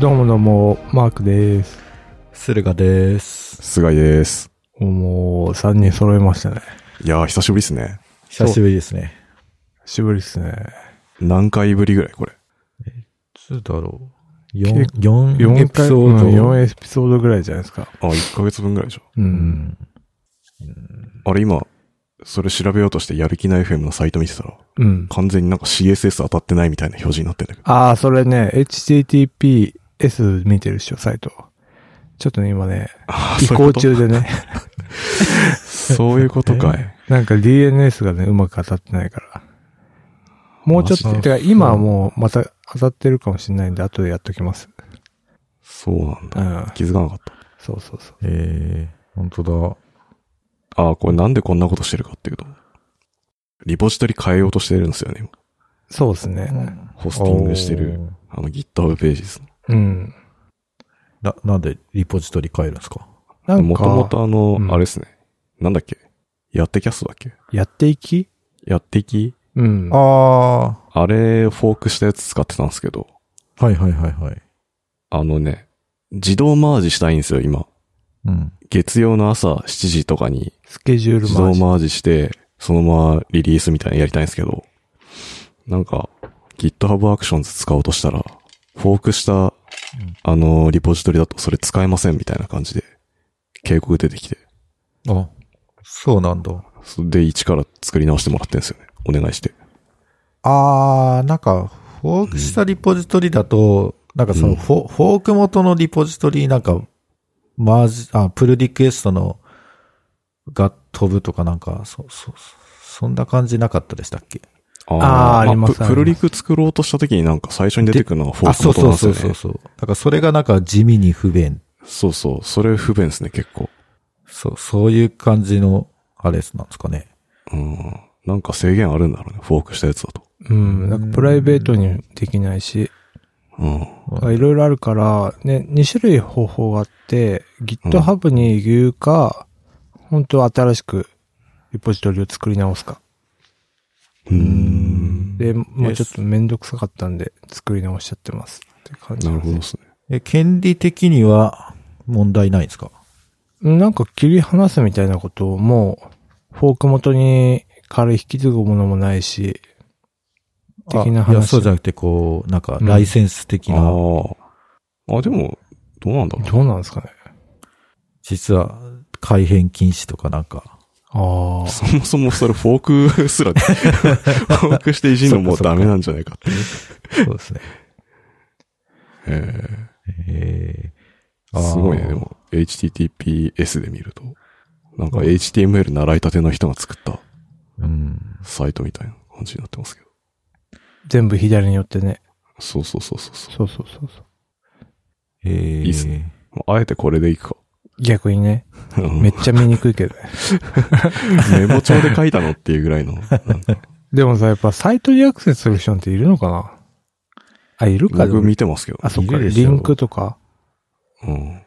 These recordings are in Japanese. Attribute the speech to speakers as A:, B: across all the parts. A: どうもどうも、マークです。
B: 駿河です。
C: 菅井です。
A: もう、3人揃いましたね。
C: いやー、久しぶりですね。
B: 久しぶりですね。
A: しぶりっすね。
C: 何回ぶりぐらいこれ。
B: いつだろう。
A: 結4
B: 4、4エピソード。
A: 4エピソードぐらいじゃないですか。
C: あ、1ヶ月分ぐらいでしょ。
A: う。
B: うんん。
C: あれ今、それ調べようとしてやる気ない FM のサイト見てたら、
A: うん。
C: 完全になんか CSS 当たってないみたいな表示になってんだけど。
A: ああ、それね、https 見てるっしょ、サイト。ちょっとね、今ね、
C: あー
A: 移
C: そう
A: 行
C: いうこと
A: 中でね、
C: そういうことかい。
A: なんか DNS がね、うまく当たってないから。もうちょっ
C: マ
A: と、
C: ジ
A: てか今はもうまた当たってるかもしれないんで、後でやっときます。
C: そうなんだ。
A: うん。
C: 気づかなかっ
A: そうそうそう。
B: えー、本当だ。
C: た。あー、これなんでこんなことしてるかっていうと、リポジトリ変えようとしてるんですよね、今
A: そうですね。
C: ホスティングしてる、あの GitHub ページです。
A: うん。
B: おー。な、なんでリポジトリ変えるんですか
A: なんか、
C: もともとあの、
A: うん
C: あれですね。なんだっけやってキャストだっけ
A: やっていき
C: やっていき
A: うん。
B: あ
C: あれ、フォークしたやつ使ってたんですけど、
B: ー。はいはいはいはい。
C: あのね、自動マージしたいんですよ、今。
B: うん。
C: 月曜の朝7時とかに
A: スケジュール
C: 自
A: マー
C: 動
A: ジ。
C: マージして、そのままリリースみたいなのやりたいんですけど、なんか GitHub Actions 使おうとしたら、フォークした、あの、リポジトリだとそれ使えませんみたいな感じで、警告出てきて、
B: あ、そうなんだ。
C: それで一から作り直してもらってんですよね。お願いして。
B: あー、なんか、フォークしたリポジトリだと、なんかそのフォ、フォーク元のリポジトリ、なんか、マージ、あ、プルリクエストの、が飛ぶとかなんか、そ、そ、そんな感じなかったでしたっけ
C: あー
A: あーありますあり
C: プ
A: ます
C: プロリク作ろうとした時になんか最初に出てくるのはフォ
B: あ、
C: ーク
B: そう
C: 元
B: そ
C: なん
B: う
C: です
B: そう
C: よね。
B: そうそう。だからそれがなんか地味に不便。
C: そうそう。それ不便ですね、結構。
B: そう、そういう感じの、あれなんですかね。
C: うん。なんか制限あるんだろうね、フォークしたやつだと。
A: うん。なんかプライベートにできないし、
C: うん。
A: いろいろあるから、ね、2種類方法があって、GitHub に言うか、本当は新しくリポジトリを作り直すか。
C: うん。
A: で、もう
B: Yes
A: ちょっとめんどくさかったんで、作り直しちゃってます。って感じ
C: な。るほどですね。
B: え、権利的には問題ないんですか
A: なんか切り離すみたいなことをもう、フォーク元にから引き継ぐものもないし、的な話
B: あいや、そうじゃなくて、こう、なんか、
A: うん
B: ライセンス的な、
C: ああ。あ、でも、どうなんだろう。
A: どうなんですかね。
B: 実は、改変禁止とかなんか。
A: ああ。
C: そもそもそれフォークすら、 フォークしていじるのもうダメなんじゃないかってね。
B: そうですね。
C: え
B: え
C: えすごいね、で。も、https で見ると。なんか HTML 習いたての人が作った
B: あーうん。
C: サイトみたいな感じになってますけど。
A: 全部左に寄ってね。
C: そうそうそうそうそ
A: そうそうそうそう。
B: えー、
C: いいっすう。あえてこれでいくか。
A: 逆にね。
C: うん
A: めっちゃ見にくいけどね。
C: メモ帳で書いたのっていうぐらいの。なんか
A: でもさ、やっぱサイトにアクセスする人っているのかなあ、いるかでも
C: 僕見てますけど。
A: あ、そっか。
B: いるでし
A: リ
B: ょ
A: ンクとか。
C: うん。あ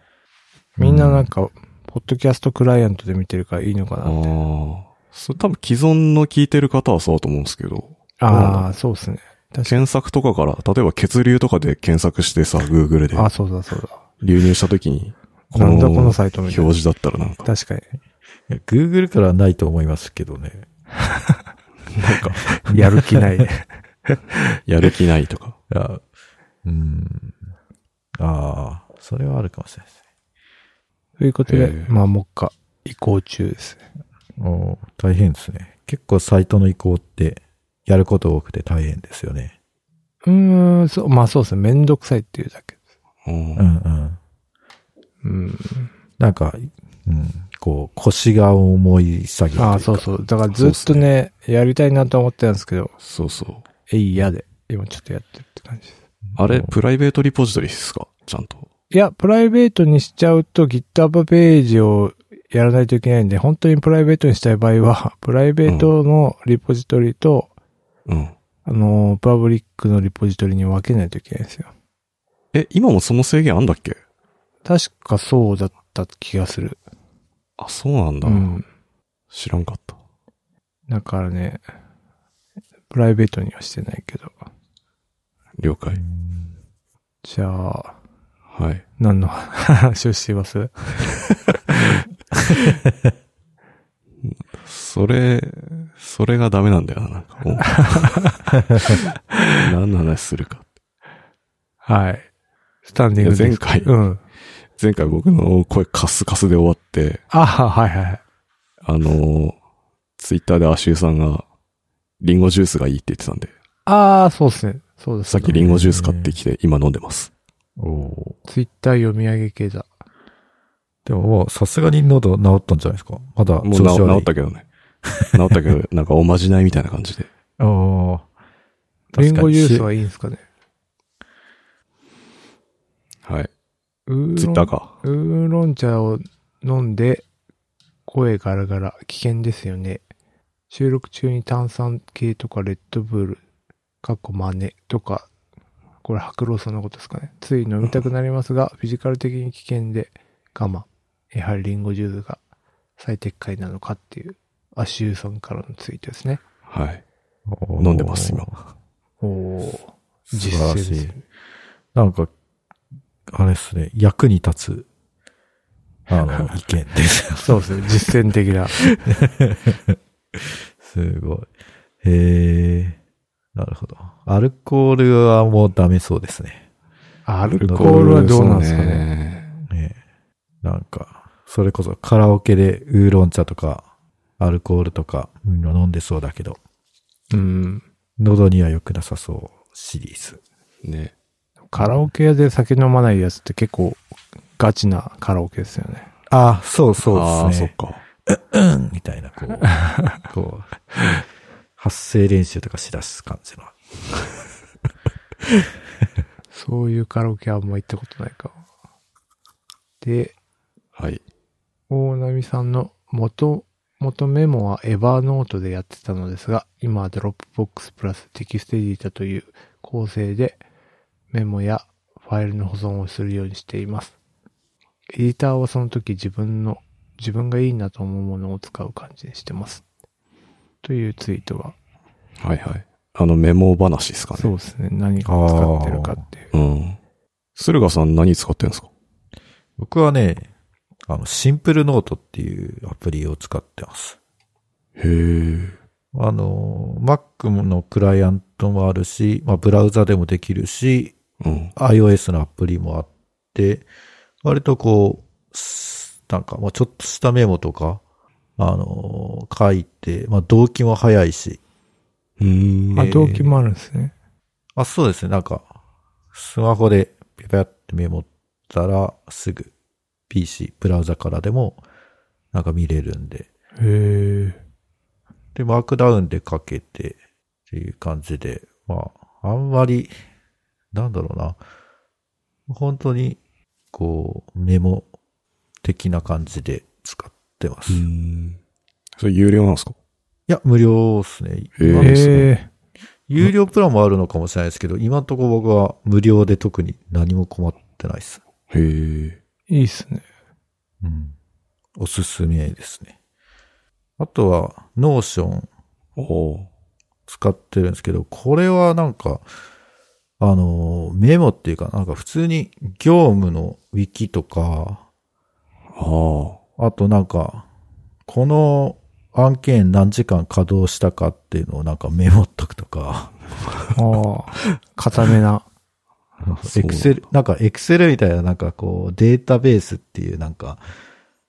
A: みんななんか、ポッドキャストクライアントで見てるからいいのか
C: あ
A: なって。
C: ー。それ多分既存の聞いてる方はそうだと思うんですけど。
A: ああー、そうですね。確か
C: 検索とかから、例えば血流とかで検索してさ、Google で
A: に。あ、そうだそうだ。
C: 流入した時に、
A: なんだこのサイトみ
C: 表
A: たいな。
C: 示だったらなんか、
A: 確かに。
B: いや Google からはないと思いますけどね。
C: なんか、
A: やる気 ない。
C: やる気ないとか。
B: いやうん。ああ、それはあるかもしれないです
A: ということで、
C: えー
A: まあ、目下、移行中ですね。
B: ね。おー大変ですね。結構サイトの移行って、やること多くて大変ですよね。
A: うーん、そう、まあそうですね。めんどくさいっていうだけです。
C: う
B: うん
C: ん
B: うん。
A: うん。
B: なんか、うん、こう、腰が重い作業というか。
A: ああ、そうそう。だからずっと
C: そうっす
A: ね、やりたいなと思ってたんですけど、
C: そうそう。
A: えいやで、今ちょっとやってるって感じです。
C: あれ、
B: うん
C: プライベートリポジトリですかちゃんと。
A: いや、プライベートにしちゃうと GitHub ページをやらないといけないんで、本当にプライベートにしたい場合は、 プライベートのリポジトリと、
C: うん。
A: あのー、パブリックのリポジトリに分けないといけないんですよ。
C: え、今もその制限あんだっけ
A: 確かそうだった気がする。
C: あ、そうなんだ。
A: うん。
C: 知らんかった。
A: だからね、プライベートにはしてないけど。
C: 了解。
A: じゃあ、
C: はい。
A: 何の話をしています
C: それ、それがダメなんだよな、なんか もう。何の話するか。
A: はい。スタンディングデスク
C: 前回
A: うん。
C: 前回僕の声カスカスで終わって、
A: あは、はいはい。
C: あの、ツイッターでアシューさんが、リンゴジュースがいいって言ってたんで、
A: ああ、そうですね。そうです。
C: さっきリンゴジュース買ってきて、今飲んでます。
B: お
A: ツイッター読み上げ系だ。
B: でももうさすがに喉治ったんじゃないですかまだ
C: もう
B: 調
C: な
B: 子
C: 治
B: 悪い。
C: ったけどね。治った けど、なんかおまじないみたいな感じで。
B: た。おー
A: リンゴジュース
B: 確か
A: はいいんですかね
C: はい。
A: ウーロン
C: ツイッターか。
A: ウーロン茶を飲んで、声ガラガラ、危険ですよね。収録中に炭酸系とかレッドブール、かっこ真似とか、これ白老さんのことですかね。つい飲みたくなります が、フィジカル的に危険で我慢。やはりリンゴジュースが最適解なのかっていう、アシューさんからのツイートですね。
C: はい。
B: におー
C: 飲んでます、今。
A: おお。
B: 素晴
A: 実践
B: ら
A: です
B: しい
A: ね。
B: なんか、あれですね、役に立つ、あ の、意見です。
A: そうですね。実践的 な。
B: すごい。へえ。なるほど。アルコールはもうダメそうですね。
A: アルコールはどうなんですかね。
B: ねえなんか、それこそカラオケでウーロン茶とか、アルコールとか、みんな飲んでそうだけど、
A: うん。
B: 喉には良くなさそうシリーズ。
C: ね。ね。
A: カラオケ屋で酒飲まないやつって結構ガチなカラオケですよね。
B: ああ、そうそ
C: あ
B: う
C: あ、
B: です
C: そ
B: ね
C: っ。か。
B: うんみたいな、こう、こう、 発声練習とかしだす感じの。
A: そういうカラオケはあんま行ったことないかも。で、
C: はい。
A: 大波さんの元、元メモはエバーノートでやってたのですが、今はドロップボックスプラステキストエディタという構成でメモやファイルの保存をするようにしています。エディターはその時自分の、自分がいいなと思うものを使う感じにしてます。というツイートが
C: はいはい。あのメモ話ですかね。
A: そうですね。何を使ってるかっていう。
C: うん。駿河さん何使ってるんですか
B: 僕はね、あの、シンプルノートっていうアプリを使ってます。
C: へえ。
B: あの、Mac のクライアントもあるし、まあ、ブラウザでもできるし、
C: うん。
B: iOS のアプリもあって、割とこう、すなんか、まあちょっとしたメモとか、あのー書いて、まあ動機も早いし、
C: うーん。
A: あ、
B: えー
A: 動機もあるんですね。
B: あ、そうですね、なんか、スマホでピパってメモったら、すぐ PC、ブラウザからでも、なんか見れるんで、
A: へ
B: で、マークダウンでかけてっていう感じで、まあ、あんまり、なんだろうな、本当に、こう、メモ的な感じで使ってます。
C: うー
B: い
C: ん。それ有料なんですか
B: や、無料ですね。
C: へえ
A: え。
B: まあ
C: ですね
A: へ
B: 有料プランもあるのかもしれないですけど、今んとこ僕は無料で特に何も困ってないです。
C: へえ。
A: え。いいっすね。
B: うん。おすすめですね。あとは、ノーション
C: おお
B: 使ってるんですけど、これはなんか、あの、メモっていうか、なんか普通に業務のウィキとか、
C: ー。あ
B: あとなんか、この案件何時間稼働したかっていうのをなんかメモっとくと
A: あ
B: か、
A: あ。固めな。
C: そ
B: エ
C: う
B: クセル、なんかエクセルみたいななんかこうデータベースっていうなんか、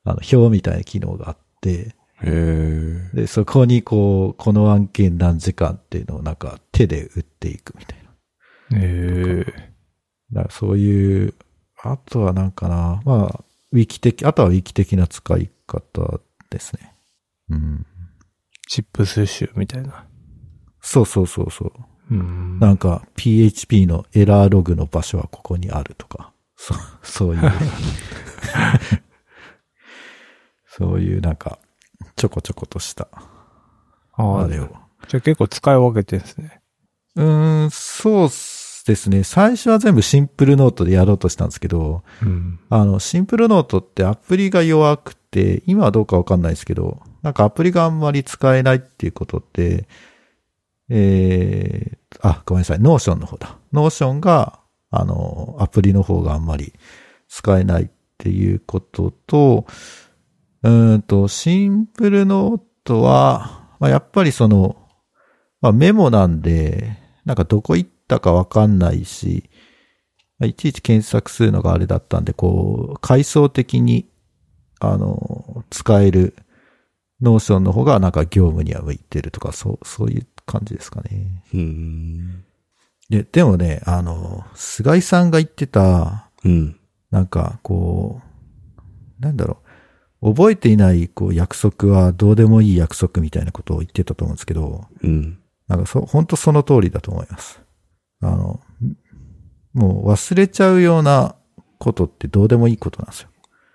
B: あの表みたいな機能があって、
C: あ。へえ。
B: で、そこにこう、この案件何時間っていうのをなんか手で打っていくみたいな。
A: へえ。
B: だからそういう、あとはなんかな、まあ、ウィキ的、あとはウィキ的な使い方ですね。うん。
A: チップス集みたいな。
B: そうそうそうそう。
A: うん。
B: なんか、PHP のエラーログの場所はここにあるとか、そう、そう いう。そういうなんか、ちょこちょことした、
A: あ
B: あ
A: あ。
B: れ
A: じ
B: を。
A: ゃあ結構使い分けてんですね。
B: うーん、そうっすですね。最初は全部シンプルノートでやろうとしたんですけど、
A: うん。
B: あの、シンプルノートってアプリが弱くて、今はどうかわかんないですけど、なんかアプリがあんまり使えないっていうことって、えー、あ、ごめんなさい、ノーションの方だ。ノーションが、あの、アプリの方があんまり使えないっていうことと、うーんと、シンプルノートは、まあ、やっぱりその、まあ、メモなんで、なんかどこ行ったかわかんないし、まあいちいち検索するのがあれだったんで、こう、階層的に、あの、使えるノーションの方がなんか業務には向いてるとか、そう、そういう感じですかね。
C: うん。
B: で、でもね、あの、菅井さんが言ってた、
C: うん。
B: なんか、こう、なんだろう、覚えていない、こう、約束はどうでもいい約束みたいなことを言ってたと思うんですけど、
C: うん。
B: なんかそ、本当その通りだと思います。あの、もう忘れちゃうようなことってどうでもいいことなんですよ。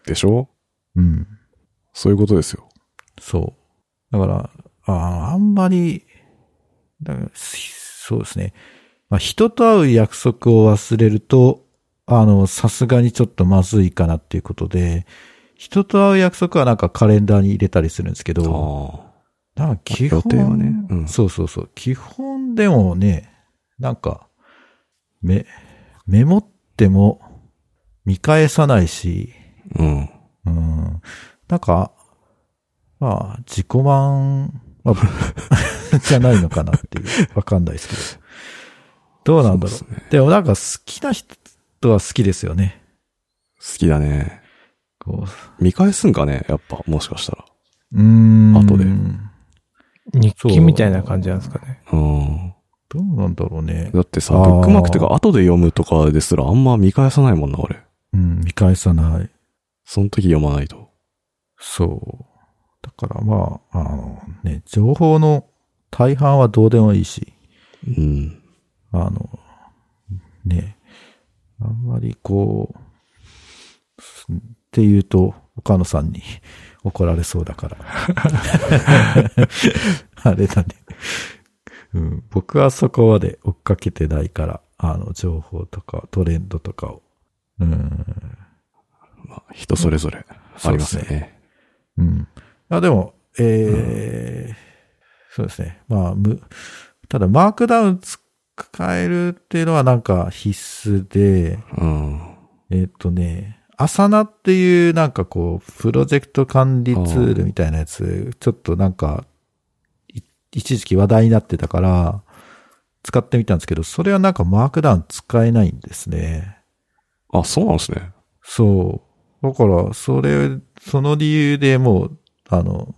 C: でしょ
B: うん。
C: そういうことですよ。
B: そう。だから、ああんまり、だからひそうですね。まあ、人と会う約束を忘れると、あの、さすがにちょっとまずいかなっていうことで、人と会う約束はなんかカレンダーに入れたりするんですけど、
C: あ
B: なんか基本、
C: 予定はねうん
B: そうそうそう。基本でもね、なんか、メ、メモっても見返さないし、
C: あ。うん。
B: うん。なんか、まあ、自己満、まあ、 じゃないのかなっていう。わかんないですけど。どうなんだろう。
C: そ
B: で
C: ですね
B: もなんか好きな人は好きですよね。
C: 好きだね。
B: こ
C: 見返すんかねやっぱ、もしかしたら。
B: う。うーん。
C: 後で
A: 日記みたいな感じなんですかね。
C: うん。
B: どうなんだろうね。
C: だってさ、
B: あ
C: ブ
B: ー
C: ックマークとか後で読むとかですらあんま見返さないもんな、俺。
B: うん、見返さない。
C: その時読まないと。
B: そう。だからまあ、あのね、情報の大半はどうでもいいし。
C: うん。
B: あの、ね、あんまりこう、って言うと、岡野さんに 怒られそうだから。 あれだね、うん。僕はそこまで追っかけてないから、あの、情報とかトレンドとかを。うん。
C: まあ、人それぞれあ
B: そ
C: りますよ
B: うです
C: ね。
B: うん。あ、でも、えーそうですね。まあ、む、ただマークダウン使えるっていうのはなんか必須で、
C: うん。
B: えっとね、アサナっていうなんかこう、プロジェクト管理ツールみたいなやつ、ちょっとなんか、い一時期話題になってたから、使ってみたんですけど、それはなんかマークダウン使えないんですね。
C: あ、そうなんですね。
B: そう。だから、それ、その理由でもう、あの、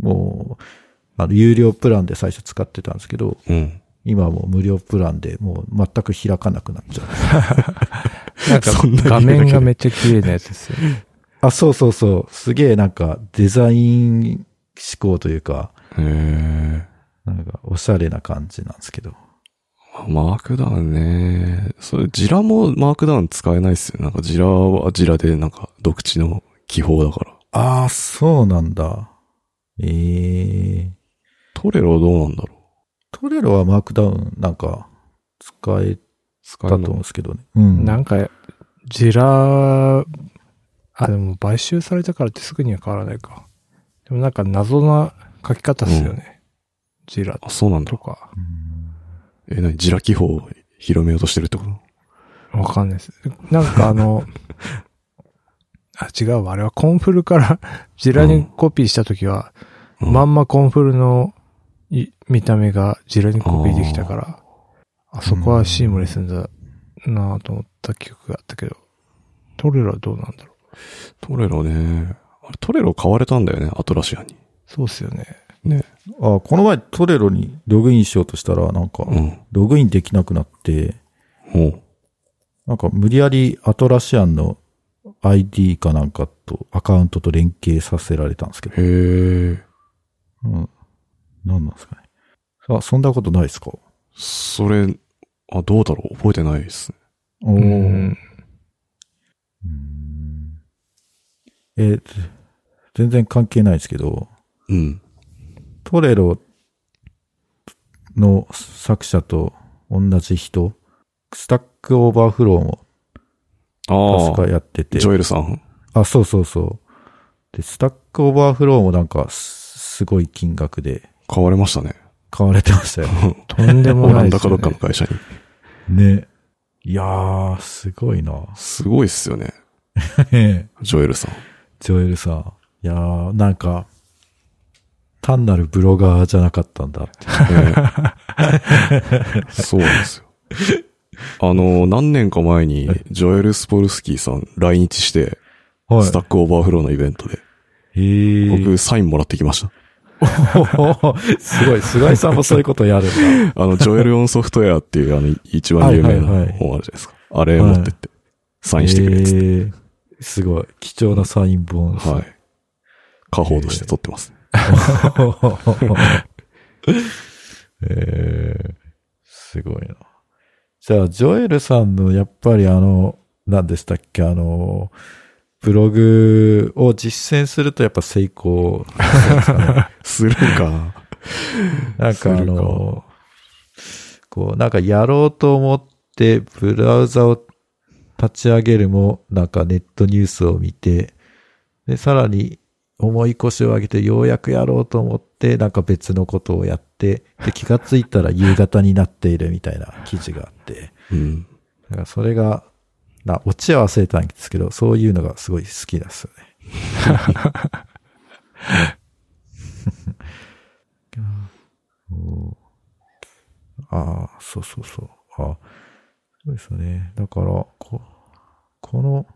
B: もう、あの、有料プランで最初使ってたんですけど、
C: うん。
B: 今はもう無料プランでもう全く開かなくなっちゃう。
A: なんか
C: そんな理由
A: 画面
C: だけ
A: が
C: で
A: めっちゃ綺麗なやつですよね。
B: あ、そうそうそう。すげえなんかデザイン思考というか、
C: へえ。
B: なんかおしゃれな感じなんですけど。
C: マークダウンね。それ、ジラもマークダウン使えないっすよ。なんかジラはジラで、なんか独自の記法だから。
B: ああ、そうなんだ。ええ
C: トレロどうなんだろう
B: トレロはマークダウンなんか使え
C: 使
B: たと
C: える
B: 思うん
C: の
B: ですけどね。うん。
A: なんか、ジラ、あ、でも買収されたからってすぐには変わらないか。でもなんか謎な書き方っすよね。ジラ
C: あ、そうなんだ
A: と。か。
B: うん
C: え、なに、ジラ記法を広めようとしてるってこと
A: わかんないです。なんかあ の、あ、違うわ。あれはコンフルからジラにコピーしたときは、
C: うん
A: まんまコンフルのい見た目がジラにコピーできたから、あそこはシームレスだなぁと思った記憶があったけど、トレラはどうなんだろう。
C: トレロね。あれ、トレロ買われたんだよね、アトラシアに。
A: そうっすよね。
C: ね。
B: あこの前トレロにログインしようとしたらなんか、
C: うん。
B: ログインできなくなって、
C: おう
B: なんか無理やりアトラシアンの ID かなんかとアカウントと連携させられたんですけど。
C: へえ。
B: うん。何なんですかね。あ、そんなことないですか
C: それ、あ、どうだろう覚えてないですね。
B: おー
A: う
B: うん
A: ん。
B: えーつ全然関係ないですけど、
C: うん。
B: トレロの作者と同じ人、スタックオーバーフローも
C: あ
B: 確か
C: あ、
B: やってて
C: ジ、ョエルさん。
B: あ、そうそうそう。で、スタックオーバーフローもなんかすすごい金額で
C: 買われましたね。
B: 買われてま したよ。
A: とんで
C: オ
A: もな
C: ラ
A: いで
C: ンダ
A: す
C: か
A: よ
C: どっか
A: ね
C: の。会社に。
B: ね。いやー、すごいな。
C: すごいっすよね。
B: ええ
C: ジョエ ルさん。
B: ジョエルさん。いやー、なんか、単なるブロガーじゃなかったんだって。
C: ええそうなんですよ。あの、何年か前に、ジョエル・スポルスキーさん来日して、
B: はい。
C: スタックオーバーフローのイベントで、
B: へー
C: 僕、サインもらってきました。
B: すごい、菅井さんもそういうことやるん だ。
C: あの、ジョエル・オン・ソフトウェアっていう、あの、一番有名
B: はい
C: な
B: はいはい
C: 本あるじゃないですか。あれ持ってって、サインしてくれっつって。
B: へーすごい。貴重なサイン本。
C: はい。家宝として撮ってます。
B: えー、すごいな。じゃあ、ジョエルさんの、やっぱりあの、何でしたっけ、あの、ブログを実践するとやっぱ成功
C: するか。
B: なんかあの、こう、なんかやろうと思って、ブラウザを立ち上げるも、なんかネットニュースを見て、で、さらに重い腰を上げて、ようやくやろうと思って、なんか別のことをやって、で、気がついたら夕方になっているみたいな記事があって、
C: うん。
B: なんかそれが、な、オチは忘れたんですけど、そういうのがすごい好きなんですよね。うんああ、そうそうそう。あそうですね。だから、ここの、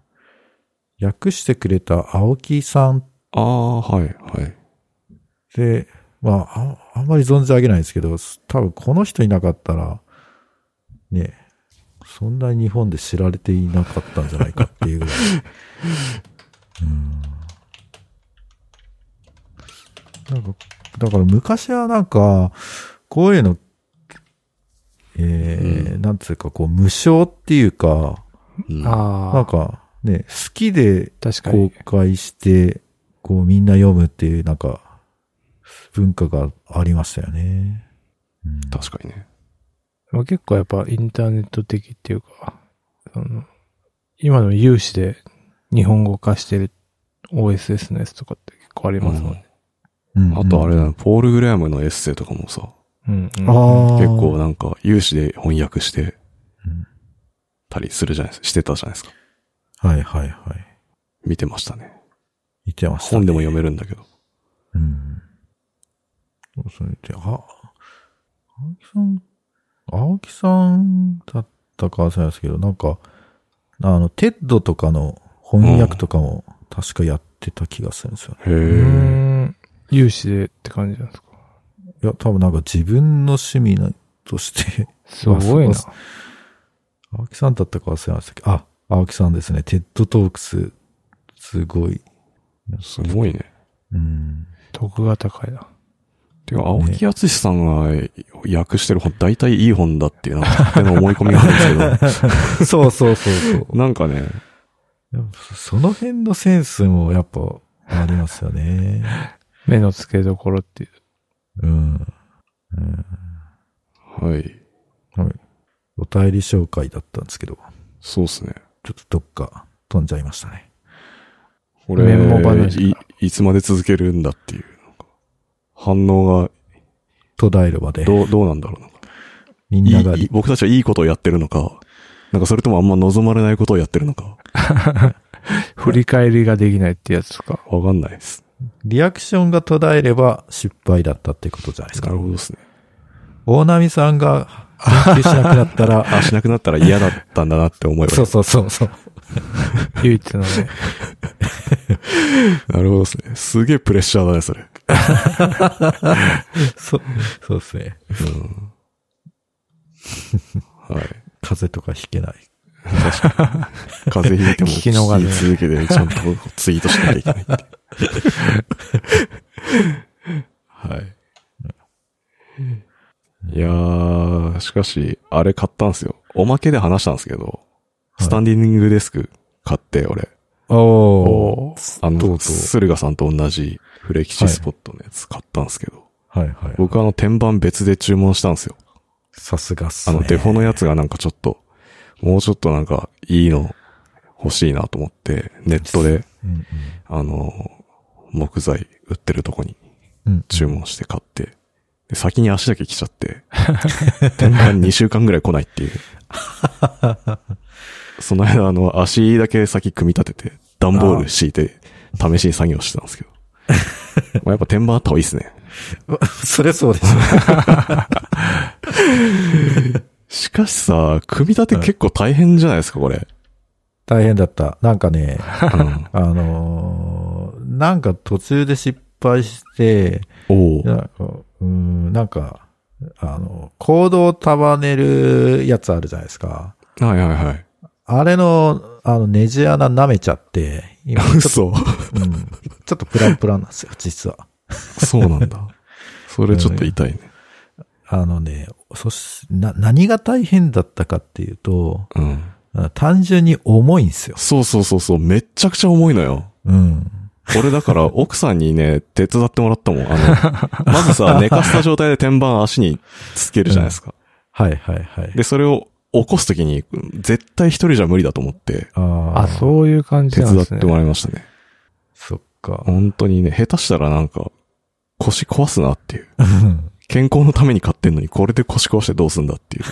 B: 訳してくれた青木さんっ
C: ああ、はい、はい。
B: で、まあ、ああんまり存じ上げないんですけど、す多分この人いなかったら、ね、そんなに日本で知られていなかったんじゃないかっていうぐら い。うん。なんか、だから昔はなんか、こういうの、えーなんつうか、こう、無償っていうか、
C: うん
B: な
A: あ
B: ん
A: あ、
B: か、ね、好きで
A: 確か
B: 公
A: に。
B: 開して、こうみんな読むっていう、なんか、文化がありましたよね。うん
C: 確かにね。
A: まあ、結構やっぱインターネット的っていうか、その、今の有志で日本語化してる OSS のやつとかって結構ありますもんね。
B: うん
C: あとあれだな、ポール・グレアムのエッセイとかもさ、
A: うん、うん。
B: あー
C: 結構なんか、有志で翻訳して
B: うん
C: たりするじゃないですか。してたじゃないですか。
B: はいはいはい。
C: 見てましたね。
B: 言ってました、
C: 本でも読めるんだけど。
B: うん。そうそれで、あ、青木さん、青木さんだったか忘れないですけど、なんか、あの、テッドとかの翻訳とかも確かやってた気がするんですよね。
C: へ
A: うー
C: え。
A: ん。有志でって感じなんですか。
B: いや、多分なんか自分の趣味なとして、
A: すごいな。
B: そう青木さんだったか忘れましたけど、あ、青木さんですね。テッドトークス、すごい。
C: すごいね。
B: うん。
A: 徳が高いな。
C: てか、青木敦さんが訳してる本、大体いい本だっていう、なんか勝手な思い込みがあるんです
B: そうそうそうそう
C: けど、なんかね、
B: やっぱ。その辺のセンスもやっぱありますよね。
A: 目の付けどころっていう。
B: うん。うん、
C: はい。
B: はい。お便り紹介だったんですけど、
C: そうっすね。
B: ちょっとどっか飛んじゃいましたね。
C: これ
A: メモ話
C: い、いつまで続けるんだっていう、なんか反応が、
B: 途絶えるまで。
C: どう、どうなんだろうな。
B: みん
C: い
B: なが
C: いいい僕たちはいいことをやってるのか、なんかそれともあんま望まれないことをやってるのか、
A: 振り返りができないってやつとか。
C: わかんないです。
B: リアクションが途絶えれば失敗だったってことじゃないです
C: な
B: か。
C: るほどですね。
B: 大波さん が研究しなくなったら、
C: あ、しなくなったら嫌だったんだなって思え
B: そ
C: ば
B: う。そうそうそう。
A: 唯一のね。
C: なるほどですね。すげえプレッシャーだね、それ。
B: そう、そうですね。
C: はい。
B: 風邪とかひけない。
C: 風邪ひいても
A: 聞き逃さない
C: 聞き続けて、ちゃんとツイートしなきゃいけないって。はい。いやー、しかし、あれ買ったんすよ。おまけで話したんですけど、
B: い
C: スタンディングデスク買って、俺。
B: お
A: おー
C: あ
B: とうと
C: の、
B: う
C: 駿河さんと同じフレキシスポットのやつ買ったんですけど、
B: はいはい。
C: 僕あの天板別で注文したんですよ。
B: さすがっす
C: あ
B: ね。
C: のデフォのやつがなんかちょっと、もうちょっとなんかいいの欲しいなと思って、ネットで、
B: うん
C: あの、木材売ってるとこに
B: うん。うん。
C: 注文して買って、で先に足だけ来ちゃって、天板2週間ぐらい来ないっていう。その間、あの、足だけ先組み立てて、段ボール敷いて、試しに作業してたんで すけど。まあやっぱ天板あった方がいいですね。
B: それそうです。
C: しかしさ、組み立て結構大変じゃないですか、こ れ。
B: 大変だった。なんかね、
C: う
B: あ
C: ん、
B: のーなんか途中で失敗して、
C: おう
B: なんか、うん、なんか、あの、行動を束ねるやつあるじゃないですか。
C: はいはいはい。
B: あれの、あの、ネジ穴舐めちゃって、今 ちょっと、
C: 嘘。
B: うん、ちょっとプランプランなんですよ、実は。
C: そうなんだ。それちょっと痛いね。
B: あのね、そし、な、何が大変だったかっていうと、
C: うん。
B: あ単純に重いんですよ。
C: そうそうそうそう、めっちゃくちゃ重いのよ。
B: うん。
C: 俺だから奥さんにね、手伝ってもらったもん。あの、 まずさ、寝かせた状態で天板足につけるじゃないですか。
B: はいはいはい。
C: で、それを起こすときに、絶対一人じゃ無理だと思って、
B: あー
A: あ、そういう感じ
C: 手
A: なん
C: 伝
A: で
C: っ
A: す
C: て
A: ね。
C: もらいましたね。
B: そっか。
C: 本当にね、下手したらなんか、腰壊すなっていう。
B: うん
C: 健康のために買ってんのに、これで腰壊してどうすんだっていう。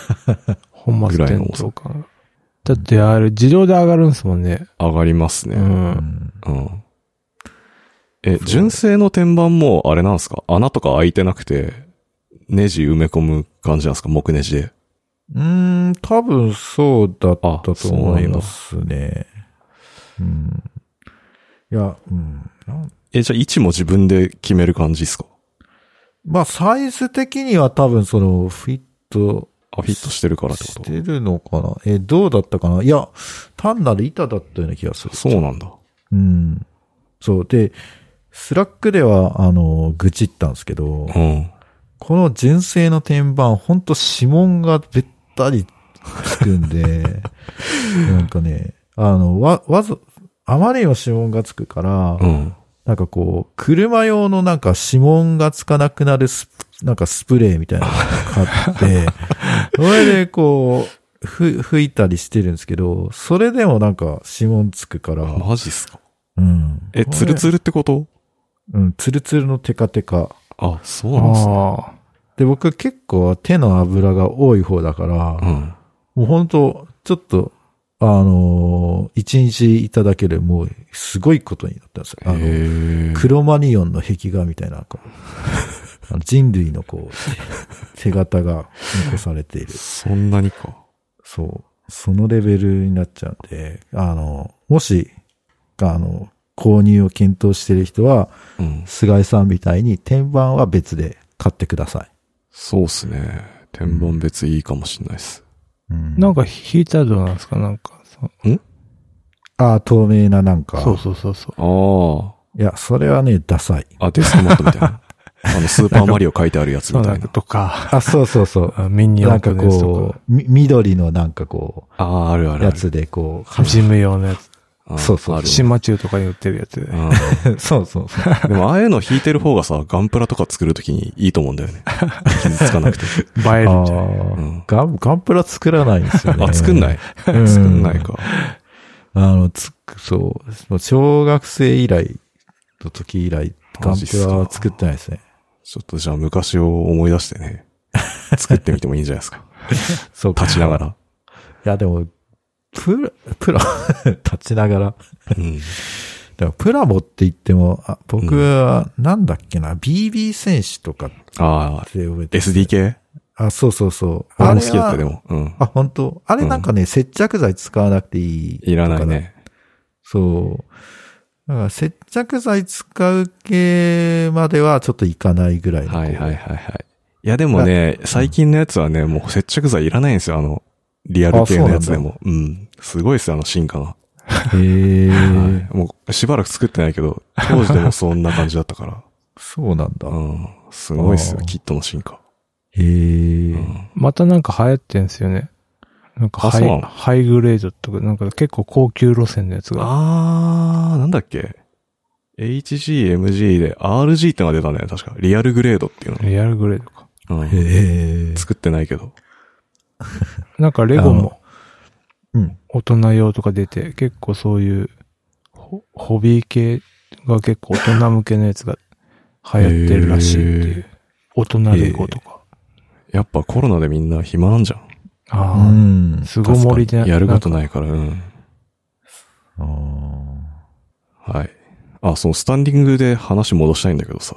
A: 本末転倒感。だってあれ、自動で上がるんですもんね。
C: 上がります
A: う。
C: ね。
B: うんん
C: うん。え、純正の天板も、あれなんですか穴とか開いてなくて、ネジ埋め込む感じなんですか木ネジで。
B: うーん、多分そうだったと
C: あそう
B: 思
C: なん
B: い
C: だ
B: ますね。うん。いや、うん。なん
C: え、じゃあ位置も自分で決める感じですか
B: まあ、サイズ的には多分その、フィット
C: あ、フィットしてるからってこ
B: し
C: と
B: てるのかなえ、どうだったかないや、単なる板だったような気がする。
C: そうなんだ。
B: うん。そう。で、スラックでは、あの、愚痴ったんですけど、
C: うん。
B: この純正の天板、ほんと指紋がべったりつくんで、 なんかね、あの、わ、わず、あまりにも指紋がつくから、
C: うん。
B: なんかこう、車用のなんか指紋がつかなくなるスプ、なんかスプレーみたいなのを買って、 それでこう、ふ、吹いたりしてるんですけど、それでもなんか指紋つくから、
C: マジっすか
B: うん。
C: え、
B: これ
C: ツルツルってこと
B: うん、ツルツルのテカテカ。
C: あ、そうなんですね。
A: あ
B: で、僕結構手の油が多い方だから、
C: うん。
B: もう本当ちょっと、あのー一日いただける、もう、すごいことになったんですよ。あの、
C: へ
B: クロマニオンの壁画みたいな、こう、 あの人類のこう、手形が残されている
C: え。。そんなにか。
B: そう。そのレベルになっちゃうんで、あの、もし、あの、購入を検討している人は、
C: うん。
B: 菅井さんみたいに天板は別で買ってください。
C: そうっすね。天板別いいかもしんないっす。
B: うん
A: あ。なんかヒーターどうなんですかなんか。そ
B: ああ、透明ななんか。
A: そうそうそうそう。
C: ああ。
B: いや、それはね、ダサい。
C: あ、デスクマットみた いな。あの、スーパーマリオ書いてあるやつ
A: そう
C: み
A: な
C: た
A: ん
C: い
A: か
C: な。
A: とか、
B: あ、そうそうそう。
A: あミニオ
B: な
A: ン
B: んか
A: とかと
B: こう、み緑のなんかこ
C: ああ、あるあ
B: う、
C: るあ
B: や
C: る。
B: つでこ
A: か、ジム用のやつ。
C: あ
B: そうそう
C: ある
A: 島中とかに売ってるやつで。
C: う
B: う、そうそうそう。
C: んでも、ああいうの弾いてる方がさ、ガンプラとか作るときにいいと思うんだ よね。傷つかなくて。
A: 映えるんじゃない
B: あー
C: うん
B: ガン、ガンプラ作らないんですよね。。
C: あ、作んないい作んないか。
B: あの、つく、そう、もう小学生以来の時以来、ガ
C: マ
B: ン
C: ジっ
B: プ
C: すか
B: ラは作ってないですね。
C: ちょっとじゃあ昔を思い出してね、作ってみてもいいんじゃないで すか。
B: そうか
C: 立ちなが。ら。
B: いや、でも、プラ、プラ、 立ちながら。
C: うん。
B: でも、プラモって言っても、あ僕は、なんだっけな、BB 戦士とかっ
C: ああ、
B: て覚えてる
C: SDK?
B: あ、そうそうそう。
C: 俺も好きだ
B: あ
C: った、
B: れ
C: で
B: は
C: も。うん。
B: あ、本当あれなんかね、接着剤使わなくていい。
C: いらない。ね。
B: そう。だから接着剤使う系まではちょっといかないぐらいの。
C: はいはいはいはい。いやでもね、最近のやつはね、もう接着剤いらないんですよ、あの、リアル系のやつでも。うん。すごいですよ、あの進化が。
B: へえ、
C: はいもうしばらく作ってないけど、当時でもそんな感じだったから。
B: そうなんだ。
C: うん。すごいっすよ
B: あ、ー
C: キットの進化。
B: へえ、
C: うん。
A: またなんか流行ってんすよね。なんかハ
C: あそうな
A: イ
C: の
A: ハイグレードとか、なんか結構高級路線のやつが。
C: あー、なんだっけ。HG、MG で RG ってのが出たんだよね、確か。リアルグレードっていう
A: リアルグレードか。
C: の。うん
B: へえ。
C: 作ってないけど。
A: なんかレゴも
B: うん。
A: 大人用とか出て、結構そういうホホビー系が結構大人向けのやつが流行ってるらしいってい
C: へ
A: う。大人レゴとか。
C: やっぱコロナでみんな暇なんじゃん。
B: う
A: ああ、
B: ん。
A: 巣ごもりで
C: 確かにやること
A: な
C: ないから、うん。
B: あ
C: はい。あ、そのスタンディングで話戻したいんだけどさ、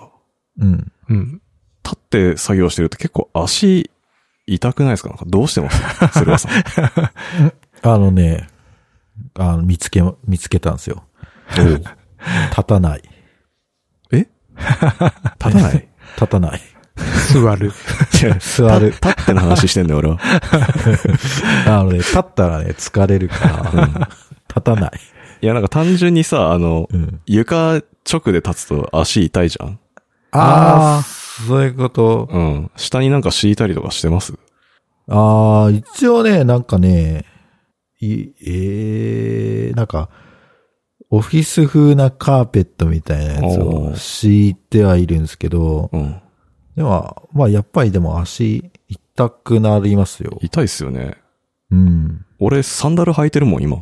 B: ーうん。
A: んかうん。
C: 立って作業してると結構足痛くないですかなんかどうしてますそれはさん。
B: あのね、あの、見つけ、見つけたんですよ。
C: 立
B: 立たない。
C: たない
B: 立た ない。
A: 座る。
B: 座る。
C: 立っての話してんだよ、俺は。
B: あのね、立ったらね、疲れるから、立たない。
C: いや、なんか単純にさ、あの、
B: うん。
C: 床直で立つと足痛いじゃん
B: ああ、そういうこと。
C: うん。下になんか敷いたりとかしてます
B: ああ、一応ね、なんかね、いえー、なんか、オフィス風なカーペットみたいなやつ
C: お
B: を
C: ー
B: 敷いてはいるんですけど、
C: うん。
B: でも、まあやっぱりでも足痛くなりますよ。
C: 痛いっすよね。
B: うん。
C: 俺、サンダル履いてるもん、今。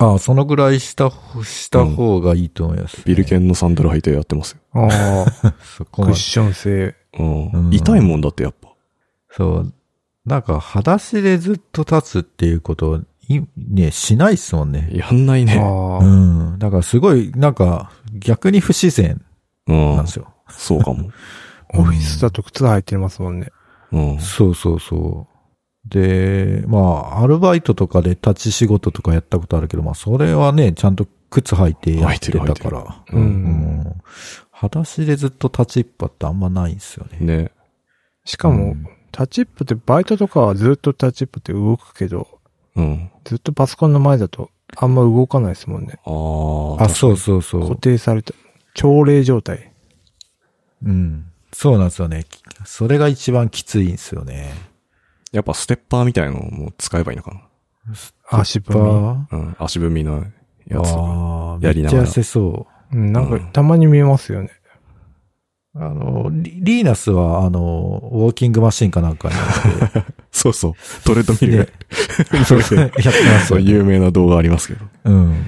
B: ああ、そのぐらいした、した方がいいと思います、
C: ビル
B: ン。
C: ケンのサンダル履いてやってますよ。
A: ああ、
B: そ
A: ク
B: こま
A: ッ
B: で。
A: ション性。
C: うん。
B: うん
C: 痛いもんだって、やっぱ。
B: そう。なんか、裸足でずっと立つっていうことを、いね、しないっすもんね。
C: やんないね。
A: ああ、
B: うん。だからすごい、なんか、逆に不自然
C: う
B: なん
C: ん
B: で。すよ。
C: そうかも。
A: オフィスだと靴履いてますもんね。
C: うん。
B: そうそうそう。で、まあ、アルバイトとかで立ち仕事とかやったことあるけど、まあ、それはね、ちゃんと靴履いてやってた
C: 履いて
B: か
C: る
B: ら。
A: う。
B: うんん。裸足でずっと立ちっぱってあんまないんですよね。
C: ね。
A: しかも、タッチップって、バイトとかはずっとタッチップって動くけど、
C: うん。
A: ずっとパソコンの前だとあんま動かないですもんね。
C: ああ。
B: あ、そうそうそ
A: 固
B: う。
A: 定された。朝礼状態。
B: うん。そうなんですよね。きそれが一番きついんですよね。
C: やっぱステッパーみたいのも使えばいいのか
A: 足踏み
B: あ
C: な。うん。足踏みのやつ。
B: あー、
C: や
B: め
C: り
B: っ
C: な
B: ち
C: が
B: ゃ
C: ら
B: 痩せそう。
A: うん、なんか
C: うん
A: たまに見えますよね。
B: あの、リリーナスは、あの、ウォーキングマシンかなんかに乗って
C: そうそう。トレッドミル。
B: そうそうやってます
C: そう、
B: よね。
C: 有名な動画ありますけど。
B: うん。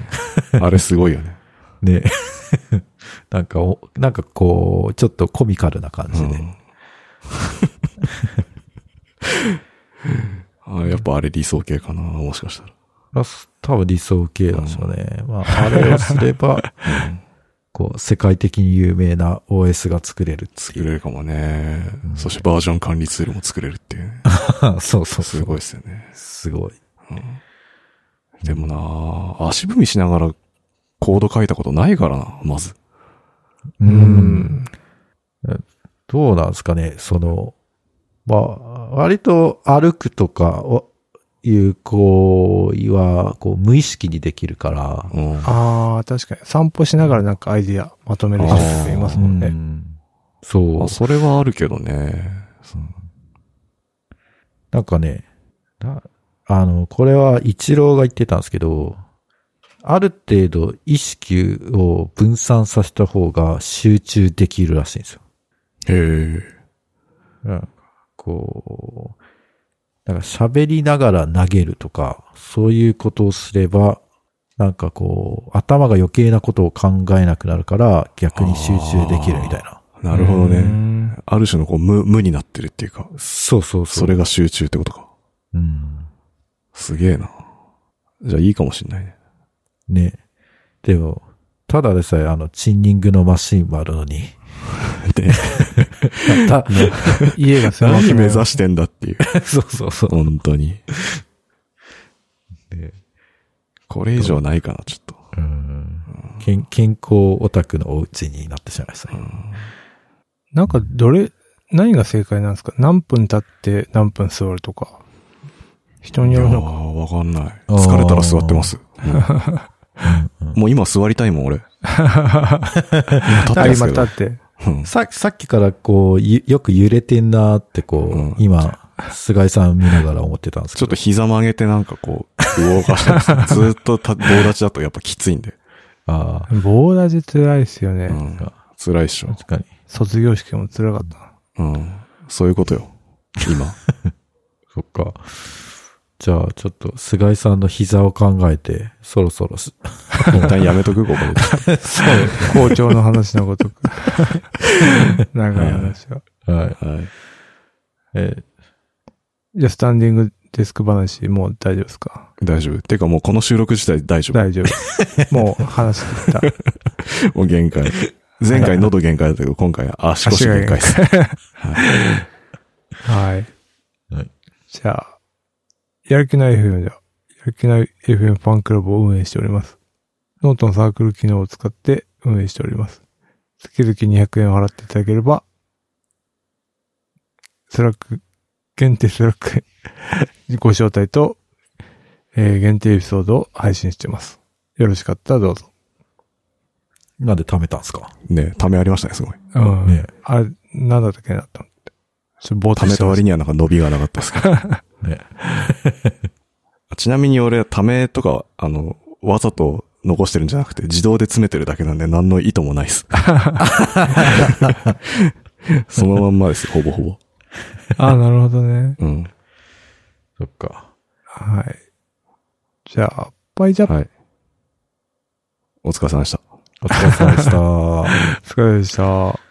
C: あれすごいよね。
B: ね。 なんかお、なんかこう、ちょっとコミカルな感じで。
C: うん あやっぱあれ理想形かな、もしかしたら。
B: まあ、す多分理想系なんでしょうね。まあ、あれをすれ ば、こう、世界的に有名な OS が作れるって
C: 作
B: いう。
C: れるかもね。そしてバージョン管理ツールも作れるっていうね。
B: そうそうそ
C: す
B: う。
C: ごいですよね。
B: すごい。
C: でもなあ足踏みしながらコード書いたことないからな、まず。
A: う
B: う。。
A: ん
B: どうなんですかね、その、まあ、割と歩くとかをいう行為は、こう、無意識にできるから、
C: うん。
A: ああ、確かに。散歩しながらなんかアイディアまとめる人がいます
B: う
A: もんね。
B: んそ
C: ま
B: う
C: あ、。それはあるけどね。
B: なんかね、なあの、これは一郎が言ってたんですけど、ある程度意識を分散させた方が集中できるらしいんですよ。
C: へえ。
B: うん、こう、なんか喋りながら投げるとか、そういうことをすれば、なんかこう、頭が余計なことを考えなくなるから、逆に集中できるみたいな。
C: なるほど
A: う
C: ね。
A: ん。
C: ある種のこう無、無になってるっていうか、
B: そうそうそう。
C: それが集中ってことか。
B: うん。
C: すげえな。じゃあいいかもしん ないね。
B: ね。でも、ただでさえあの、チンニングのマシンもあるの に。
C: で、
B: た
A: 家が狭
C: 何
A: く
C: 目
A: な
C: 指してんだっていう。
B: そうそうそ
C: 本当に。
B: う。ね
C: これ以上ないかな、ちょっと。
B: うん健健康オタクのお家になってしまいましたね。
A: なんかどれ、何が正解なんですか何分経って何分座るとか。人に
C: い
A: よ
C: や
A: る
C: ー、
A: のか。
C: わかんない。疲れたら座ってます。もうもう今座りたいもん、俺。今立って
A: あ、今
C: ますけ
A: 立
C: ど。
A: って。
C: うん
B: ささっきからこう、ゆよく揺れてんなーってこう、
C: うん
B: 今、菅井さん見ながら思ってたんです
C: ちょ
B: け
C: っと膝曲げてなんかこう、動かしてますずーっとた棒立ちだとやっぱきついんで。
B: ど。あ
A: 棒立ち辛いですよね。
C: うん辛いっし
B: あ、
C: ょ。
B: 確かに。
A: 卒業式も辛かったな。
C: うん。そういうことよ。今。
B: そっか。じゃあ、ちょっと菅井さんの膝を考えて、そろそろす、
C: 一旦やめとく、ここで。
A: 校長の話のごと く。長い話は。
B: はい。
C: はい。
B: え
A: じゃあ、スタンディングデスク話、もう大丈夫ですか
C: 大丈夫。てかもうこの収録自体大丈夫。
A: 大丈夫。 もう話してきた。
C: もう限界。前回喉限界だったけど、今回は足腰限界です。
A: はい。
B: はい
A: じゃあ、やる気ない FM では、やる気ない FM ファンクラブを運営しております。ノートのサークル機能を使って運営しております。月々200円を払っていただければ、スラック、限定スラック へご招待と、えー限定エピソードを配信しています。よろしかったらどうぞ。
B: なんで貯めたんすか
C: ねためありましたね、すごい。
A: うん。
B: ね
A: あれ、なんだったっけなと思って。ちょっとぼーっと
C: ため
A: して
C: た
A: まし
C: 割にはなんか伸びがなかったです から。
B: ね。
C: ちなみに俺、ためとか、あの、わざと残してるんじゃなくて、自動で詰めてるだけなんで、何の意図もない です。そのまんまです、ほぼほぼ。
A: た。あ、なるほどね。
C: うん。
B: そっか。
A: はい。じゃあ、バイジャップ、
C: はい。お疲れ様でした。
B: お疲れ様でした。
A: お疲れ様でした。